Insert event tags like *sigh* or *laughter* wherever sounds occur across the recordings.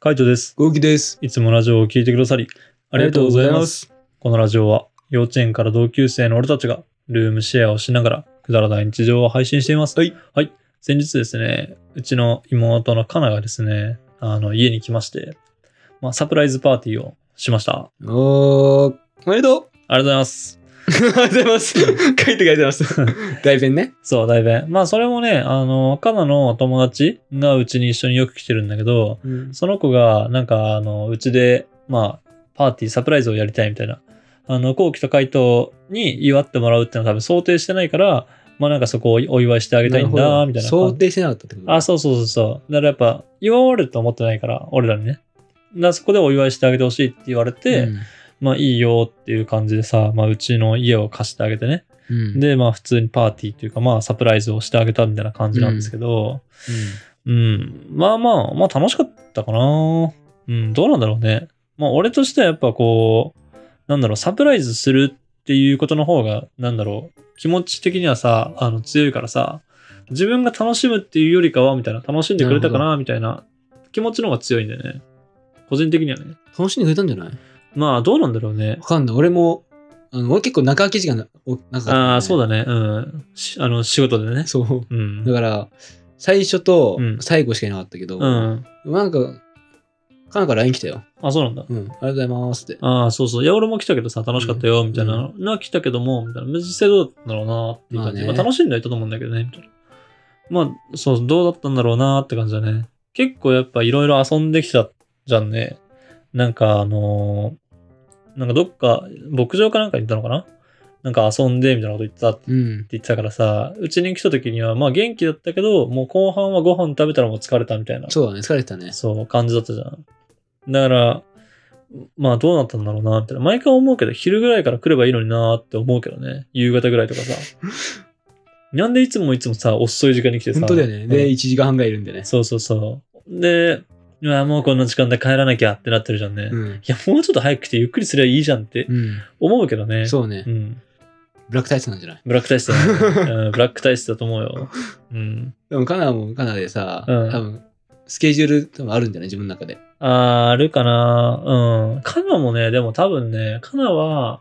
カイトです。ゴウキです。いつもラジオを聞いてくださり、ありがとうございます。このラジオは、幼稚園から同級生の俺たちが、ルームシェアをしながら、くだらない日常を配信しています。はい。はい。先日ですね、うちの妹のカナがですね、あの、家に来まして、まあ、サプライズパーティーをしました。おー、おめでとう *laughs* ありがとうございます。ありがとうございます。書いて書いて *laughs* ます。大弁ね。そう、だいぶ。まあ、それもね、あの、カナの友達がうちに一緒によく来てるんだけど、その子が、なんか、あの、うちで、まあ、パーティー、サプライズをやりたいみたいな。あの、後期と海斗に祝ってもらうっていうのは多分想定してないから、まあなんかそこをお祝いしてあげたいんだ、みたいな感想じ。定してなかったってことあ、そうそうそうそう。だからやっぱ、祝われると思ってないから、俺らにね。だからそこでお祝いしてあげてほしいって言われて、うんまあいいよっていう感じでさ、まあうちの家を貸してあげてね。うんで、まあ普通にパーティーっていうか、まあサプライズをしてあげたみたいな感じなんですけど、うん。まあまあ、まあ楽しかったかな。うん、どうなんだろうね。まあ俺としてはやっぱこう、なんだろう、サプライズするっていうことの方が、なんだろう、気持ち的にはさ、あの強いからさ、自分が楽しむっていうよりかは、みたいな、楽しんでくれたかなな、みたいな気持ちの方が強いんだよね。個人的にはね。楽しんでくれたんじゃないまあどうなんだろうねわ。かんない。俺も、あの俺結構中空き時間なおなかった、ああ、そうだ。だね。うん。しあの、仕事でね。そうう。んだ。から、最初とうん最後しかいなかったけうど、ん。なんか、かなから LINE 来たよ。あ、そうなんだ。うん。ありがとうございますって。ああ、そうそう。いや、俺も来たけどさ、楽しかったよ、みたいな。な、来たけども、みたいな。実際どうだったんだろうな、っていう感じ。ままああね楽しんではいたと思うんだけどね、みたいな。まあ、そう、どうだったんだろうな、って感じだね。結構やっぱいろいろ遊んできたじゃんね。なんかあのーなんかどっか、牧場かなんかに行ったのかななんか遊んで、みたいなこと言ってたってうん。言ってたからさ、うちに来た時には、まあ元気だったけど、もう後半はご飯食べたらもう疲れたみたいな。そうだね。疲れてたね。そう、感じだったじゃん。だから、まあどうなったんだろうな、みたいな。毎回思うけど、昼ぐらいから来ればいいのになーって思うけどね。夕方ぐらいとかさ。 *laughs* なんでいつもいつもさ、遅い時間に来てさ。本当だよね。うで、ん1時間半ぐらいいるんでね。そうそうそう。で、うわもうこんな時間で帰らなきゃってなってるじゃんね。いうん。や、もうちょっと早く来てゆっくりすりゃいいじゃんってうん。思うけどね。そうねう。ん。ブラックタイツなんじゃないブラック体質だ、ねうん。ブラック体質だと思うよ。うん。でもカナもカナでさ、うん多分スケジュール多分あるんじゃない自分の中で。あーあるかな。うん。カナもね、でも多分ね、カナは、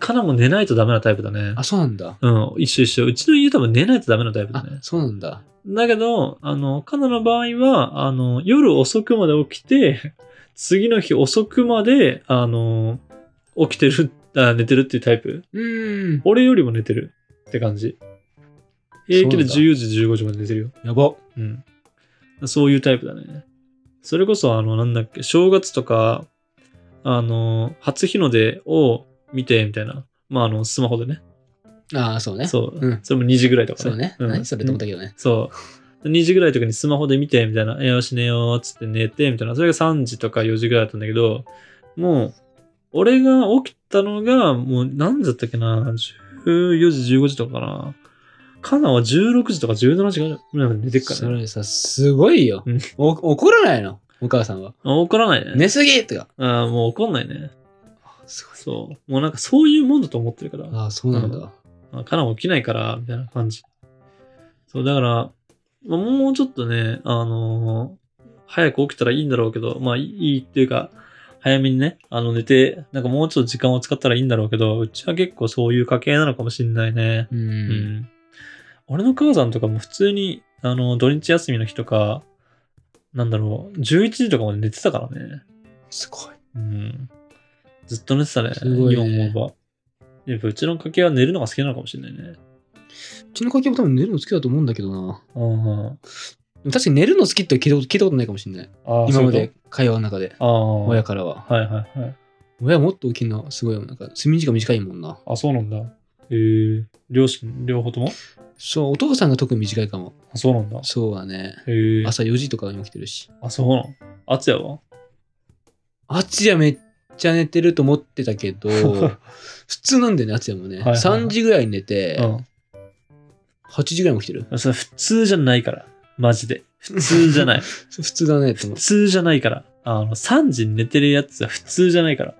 カナも寝ないとダメなタイプだねあ、。そうなんだ。うん、一緒一緒。うちの家多分寝ないとダメなタイプだあね、。そうなんだ。だけど、あの、カナの場合は、あの、夜遅くまで起きて、次の日遅くまで、あの、起きてる、あ寝てるっていうタイプ。うーん。俺よりも寝てるって感じ。平気でそうな14時、15時まで寝てるよ。やば。うん。そういうタイプだね。それこそ、あの、なんだっけ、正月とか、あの、初日の出を見て、みたいな。まあ、あの、スマホでね。ああ、そうね。そうそう。んそれも2時ぐらいとかね。うん何それと思ったけどね。そう。2時ぐらいとかにスマホで見て、みたいな。えよし寝よう、つって寝て、みたいな。それが3時とか4時ぐらいだったんだけど、もう、俺が起きたのが、もう何時だったっけな ?14 時、15時とかかな。カナは16時とか17時ぐらいまで寝てっからねそ。れさ、すごいようん。お怒らないのお母さんは。あ怒らないね。寝すぎとか。ああ、もう怒んないね。すごい。そう。もうなんかそういうもんだと思ってるから。ああ、そうなんだ。まあ、カナも起きないから、みたいな感じ。そう、だから、まあ、もうちょっとね、あのー早く起きたらいいんだろうけど、まあいいいっていうか、早めにね、あの寝て、なんかもうちょっと時間を使ったらいいんだろうけど、うちは結構そういう家系なのかもしんないね。うん。うん。俺の母さんとかも普通に、あの、土日休みの日とか、なんだろう、11時とかまで寝てたからね。すごい。うん。ずっと寝てたね。すごいね今思えば。やっぱうちの家系は寝るのが好きなのかもしれないね。うちの家系も多分寝るの好きだと思うんだけどな。うん。あでも確かに寝るの好きって聞いたこと聞いたことないかもしれない。あ今まで。会話の中で。ああ。親からは。はいはいはい。親もっと大きいの、すごいよ。なんか、睡眠時間短いもんな。あ、そうなんだ。へえ。両親、両方ともそう、お父さんが特に短いかも。あ、そうなんだ。そうだね。へえ。朝4時とかに起きてるし。あ、そうなん。あつやはあっちやめっちゃ寝てると思ってた *laughs* けど、普通なんだよね、あっちやもね。はいはい3時ぐらいに寝て、8時ぐらいに起きてる。うん。それ普通じゃないから。マジで。普通じゃ *laughs* ない。それ普通だねと普思う。通じゃないから。あの、3時に寝てるやつは普通じゃないから。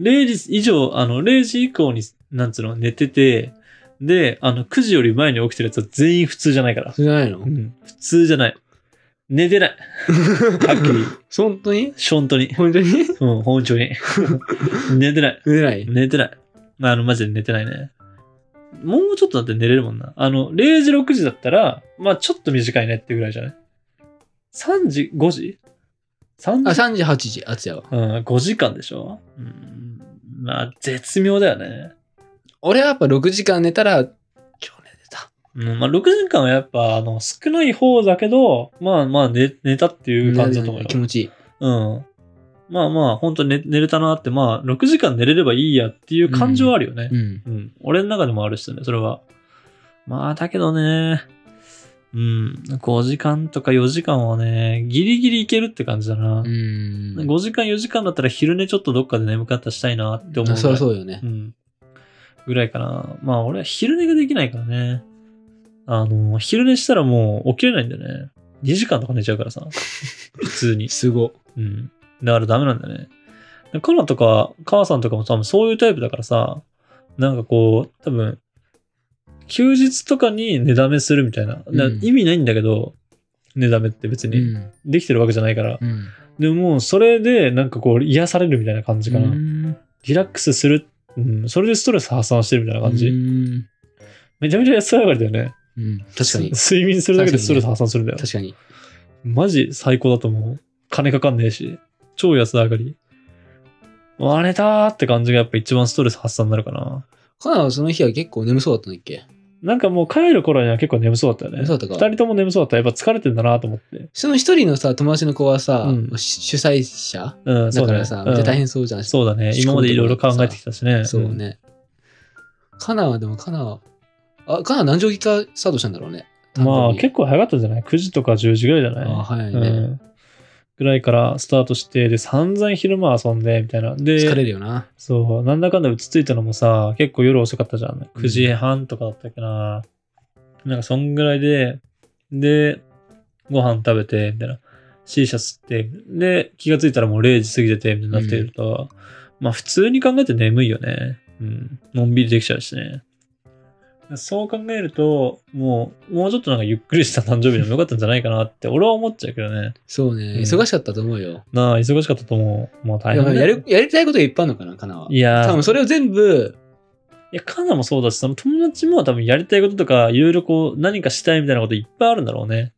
0時以上、あの、0時以降に、なんつうの、寝てて、で、あの、9時より前に起きてるやつは全員普通じゃないから普。通じゃないのうん。普通じゃない。寝て *laughs* ない。はっきり。本当に本当に。本当にうん、本当に。 *laughs* 寝てない。寝れない寝てない。あの、マジで寝てないね。もうちょっとだって寝れるもんな。あの、0時、6時だったら、まあちょっと短いねってぐらいじゃない ?3 時、5時 ?3 あ、時3時、8時、あつやは。うん、5時間でしょうん。まあ、絶妙だよね。俺はやっぱ6時間寝たら、今日寝てた。うん、まあ、6時間はやっぱ、あの、少ない方だけど、まあまあ寝、寝たっていう感じだと思うよ気。持ちいい。うん。まあまあ、本当に寝寝れたなって、まあ、6時間寝れればいいやっていう感情はあるよねう。ん。うん。俺の中でもあるしね、それは。まあ、だけどね、うん、5時間とか4時間はね、ギリギリいけるって感じだな。うん。 5時間4時間だったら昼寝ちょっとどっかで眠かったしたいなって思うぐらい。そりゃそうよね。うん。ぐらいかな。まあ俺は昼寝ができないからね。あの、昼寝したらもう起きれないんだよね。2時間とか寝ちゃうから *laughs* さ。普通に。すご。うん。だからダメなんだよね。でカナとか、母さんとかも多分そういうタイプだからさ、なんかこう、多分、休日とかに寝だめするみたいな。だうん意味ないんだけど、寝だめって別うに。ん。できてるわけじゃないから。うん。でももうそれでなんかこう癒されるみたいな感じかな。うんリラックスする、うん、それでストレス発散してるみたいな感じ。うん。めちゃめちゃ安上がりだよね。うん確かに。す睡眠するだけでストレス発散するんだよ。確かに。マジ最高だと思う。金かかんねえし、超安上がり。割れたーって感じがやっぱ一番ストレス発散になるかな。カナはその日は結構眠そうだったんだっけなんかもう帰る頃には結構眠そうだったよね。眠そうだったか二人とも眠そうだった。やっぱ疲れてんだなと思って。その一人のさ、友達の子はさ、うんし主催者うん、そうだだかね。らさ、うめっんちゃ大変そうじゃん。そうだね。仕込今むまでいろいろところ考もさえてきたしね。そうね。カナはでもカナは、あ、カナは何時起きかスタートしたんだろうね。うん。まあ誕生日結構早かったんじゃない ?9 時とか10時ぐらいじゃないあ早いうね。ん、ぐらいからスタートして、で、散々昼間遊んで、みたいな。疲れで、るよな。そう、なんだかんだ落ち着いたのもさ、結構夜遅かったじゃん。うん9時半とかだったっけな。なんか、そんぐらいで、で、ご飯食べて、みたいな。C シャツって、で、気がついたらもう0時過ぎてて、みたいになってると、まあ、普通に考えて眠いよね。うん。のんびりできちゃうしね。そう考えると、もう、もうちょっとなんかゆっくりした誕生日でもよかったんじゃないかなって、俺は思っちゃうけどね。そうね。うん忙しかったと思うよ。なあ、忙しかったと思う。もう大で変だもよやるやりたいことがいっぱいあるのかな、カナは。いやー多分それを全部、いや、カナもそうだし、その友達も多分やりたいこととか、いろいろこう、何かしたいみたいなこといっぱいあるんだろうね。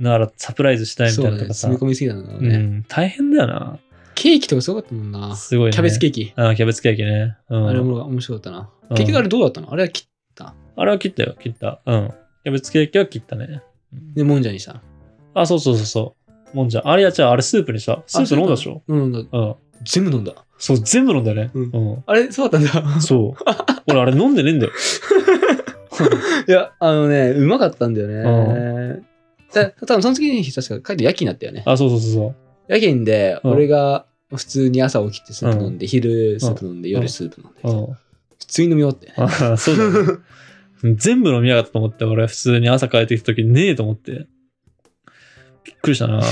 だから、サプライズしたいみたそいうなね、とかさ。詰め込みすぎたのかうね。ん、大変だよな。ケーキとかすごかったもんな。すごいね。キャベツケーキ。ーキ。あキャベツケーキね。うん。あれも面白かったな。うん結局あれどうだったのあれは切っあれは切ったよ、切った。うん。キャベツケーキは切ったね。うんてもんじゃにしたの。あ、そうそうそうそう。もんじゃ。あれやっちゃう、あれスープにした。スープ飲んだでしょうん、飲んだうん。全部飲んだ。そう、全部飲んだよね。うんうあれ、そうだったんだん。。そう。俺、あれ飲んでねえんだよ。いや、あのね、うまかったんだよね。た多分その次に確か帰って夜勤だったよね。あ、そうそうそうそう。夜勤で、うん俺が普通に朝起きてスープ飲んで、昼スープ飲んで、うん夜スープ飲んで、うん。普通に飲み終わって、ね。あそうだよ *laughs* ね。全部飲みやがったと思って、俺普通に朝帰ってきた時ねえと思って。びっくりしたな。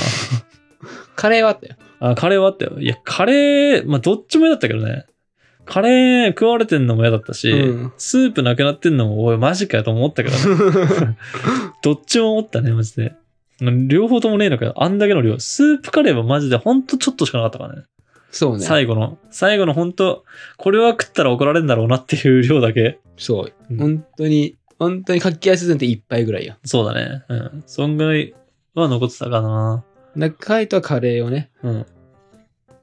カレーはあったよ。あ、カレーはあったよ。いや、カレー、まあどっちも嫌だったけどね。カレー食われてんのも嫌だったし、 *laughs* うんスープなくなってんのも、おい、マジかよと思ったけどね。どっちも思ったね、マジで。両方ともねえのかよ。あんだけの量。スープカレーはマジでほんとちょっとしかなかったからね。そうね。最後の。最後のほんと、これは食ったら怒られるんだろうなっていう量だけ。そうう。ん本当に、本当にかき合いせんって一杯ぐらいよ。そうだね。うん。そんぐらいは残ってたかな。で、カイトはカレーをね。うん。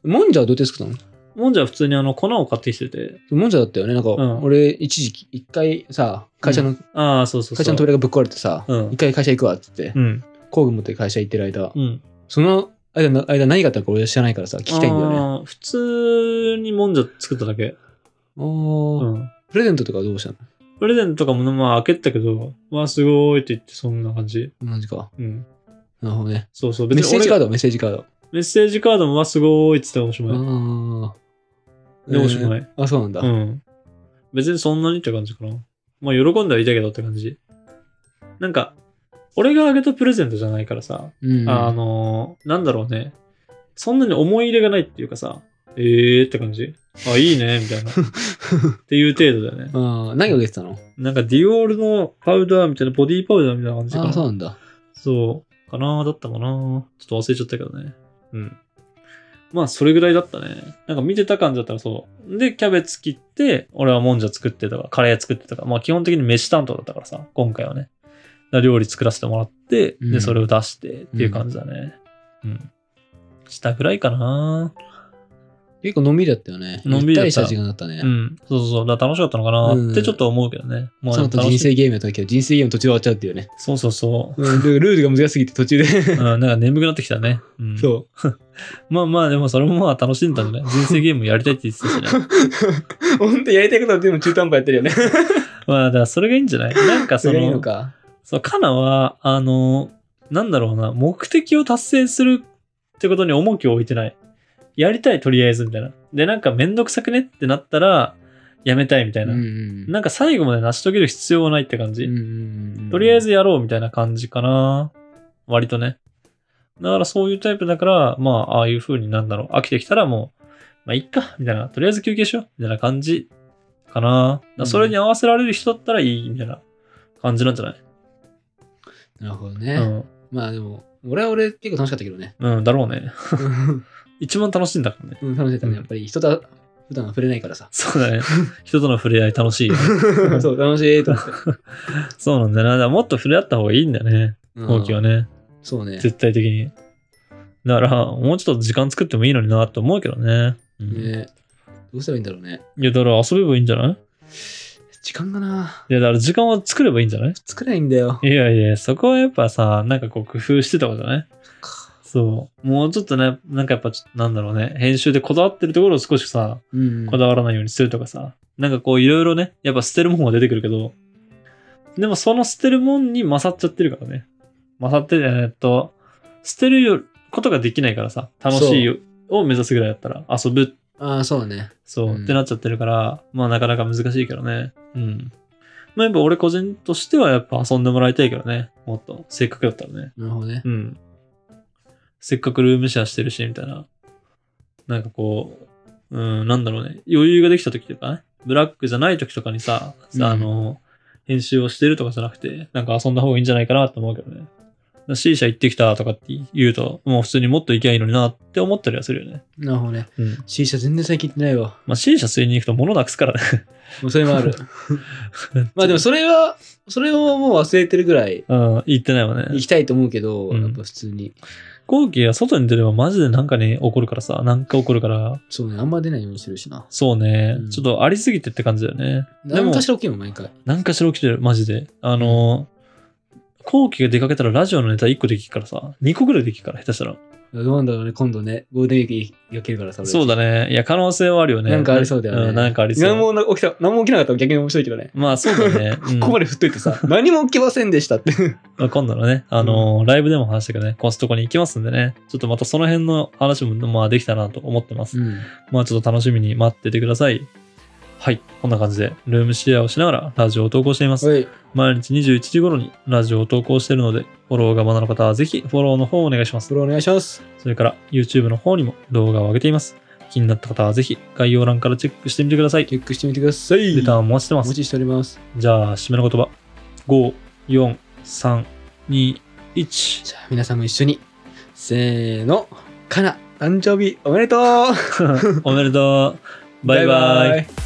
もんじゃはどうやって作ったもんじゃは普通にあの粉を買ってきてて。のもんじゃだったよね。なんか、ん俺、一時期、一回さ、会社の、ああ、そうそうそう。会社のトイレがぶっ壊れてさ、うん一回会社行くわって言って、うん。工具持って会社行ってる間、うん。その間な間何があったのか俺は知らないからさ、聞きたいんだよね。ね。普通にもんじゃ作っただけ。あーうん。プレゼントとかはどうしたのプレゼントとかもまあ開けてたけど、わあ、すごいって言ってそんな感じ。マジか。うん。なるほどね。そうそう。メッセージカードド、メッセージカード。メッセージカードもわあ、すごいって言ってたらおしまい。ああ。でおしまいえーあ、そうなんだ。うん。別にそんなにって感じかな。まあ喜んではいたけどって感じ。なんか、俺があげたプレゼントじゃないからさ、うん。あのーなんだろうね。そんなに思い入れがないっていうかさ、えーって感じ。あ、いいね、みたい *laughs* な。っていう程度だよね。あー何が出てたのなんかディオールのパウダーみたいな、ボディパウダーみたいな感じかあな。あ、そうなんだ。そうかなだったかなちょっと忘れちゃったけどね。うん。まあ、それぐらいだったね。なんか見てた感じだったらそう。で、キャベツ切って、俺はもんじゃ作ってとか、カレー作ってとか、まあ基本的に飯担当だったからさ、今回はね。だから料理作らせてもらって、うんで、それを出してっていう感じだね。うん。したぐらいかな結構のんびりだったよね。のんびりだったゆったりした時間だったね。うん。そうそうそう。だから楽しかったのかなってちょっと思うけどね。まあその後楽人しい生ゲームやったけど、人生ゲーム途中で終わっちゃうってい *laughs* うね。そうそうそう。うん、でルールが難しすぎて途中で。うん、なんか眠くなってきたね。うん、そう。 *laughs* まあまあ、でもそれもまあ楽しんだんだね。人生ゲームやりたいって言ってたしね。本当やりたいことはでも中途半端やってるよね。まあ、だからそれがいいんじゃ *laughs* ないなんかそそれがいいのの、か。そう、カナは、あの、なんだろうな、目的を達成するってことに重きを置いてない。やりたい、とりあえず、みたいな。で、なんかめんどくさくねってなったら、やめたいみたいな。んなんか最後まで成し遂げる必要はないって感じ。とりあえずやろうみたいな感じかな。割とね。だからそういうタイプだから、まあ、ああいう風になんだろう。飽きてきたらもう、まあ、いっか、みたいな。とりあえず休憩しよう、みたいな感じかな。だからそれに合わせられる人だったらいい、みたいな感じなんじゃない、なるほどうね。ん、まあでも、俺は俺結構楽しかったけど *laughs* ね。うん、だろうね。一番楽しいんだからね。うん、楽しかったうん。ね。やっぱり人とは普段は触れないからさ *laughs* そうだね。人との触れ合い楽しいよね。そう、楽しいと思って。そうなんだよな。だからもっと触れ合った方がいいんだよね。うん後期はね。そうね。絶対的に。だから、もうちょっと時間作ってもいいのになって思うけどね。うんねどうしたらいいんだろうね。いや、だから遊べばいいんじゃない時間がないや、だから時間は作ればいいんじゃない作れないんだよ。いやいや、そこはやっぱさ、なんかこう工夫してたことじゃないそう。もうちょっとね、なんかやっぱちょっとなんだろうね、編集でこだわってるところを少しさ、うんこだわらないようにするとかさ、なんかこういろいろね、やっぱ捨てるもんは出てくるけど、でもその捨てるもんに勝っちゃってるからね。勝って、えーっと、捨てるよことができないからさ、楽しいを目指すぐらいだったら、遊ぶああ、そうだね。そう、うんってなっちゃってるから、まあなかなか難しいけどね。うん。まあやっぱ俺個人としてはやっぱ遊んでもらいたいけどね。もっと。せっかくだったらね。なるほどね。うん。せっかくルームシェアしてるし、みたいな。なんかこう、うん、なんだろうね。余裕ができた時とかね。ブラックじゃない時とかにさ、うんさあの、編集をしてるとかじゃなくて、なんか遊んだ方がいいんじゃないかなって思うけどね。C 社行ってきたとかって言うと、もう普通にもっと行きゃいいのになって思ったりはするよね。なるほどね。うん。 C 社全然最近行ってないわ。まあ C 社吸いに行くと物なくすからね。もうそれ *laughs* もある。 *laughs* まあでもそれは、それをもう忘れてるぐらいうん、言ってないわね行。きたいと思うけど、うんやっぱ普通に。後期は外に出ればマジでなんかに起こるからさ、なんか起こるから、そうね、あんま出ないようにしてるしな。そうね、うんちょっとありすぎてって感じだよね。で何もか、しら起きるもん毎回。なんかしら起きてる、マジで。あのー、後期が出かけたらラジオのネタ1個できるからさ、2個ぐらいできるから、下手したら。どうなんだろうね、今度ね、ゴールデンウィークやけるからさ。そうだね。ね。いや、可能性はあるよね。なんかありそうだよね。ん、なんかありそ何う。もな起きた、何も起きなかったら逆に面白いけどね。まあ、そうだ *laughs* ね。うんここまで振っとい *laughs* てさ、何も起きませんでしたって。まあ今度のね、あのーライブでも話したけどね、コストコに行きますんでね、ちょっとまたその辺の話も、まあ、できたなと思ってます。ん。まあちょっと楽しみに待っててください。はい。こんな感じで、ルームシェアをしながらラジオを投稿しています。はい。毎日21時頃にラジオを投稿しているので、フォローがまだの方はぜひフォローの方をお願いします。それお願いします。それから、YouTube の方にも動画を上げています。気になった方はぜひ概要欄からチェックしてみてください。チェックしてみてください。レターンも落ちておます待。ちしております。じゃあ、締めの言葉。5、4、3、2、1。じゃあ皆さんも一緒に。せーの。かな、誕生日おめでとうおめでとう。バイバイ。イ。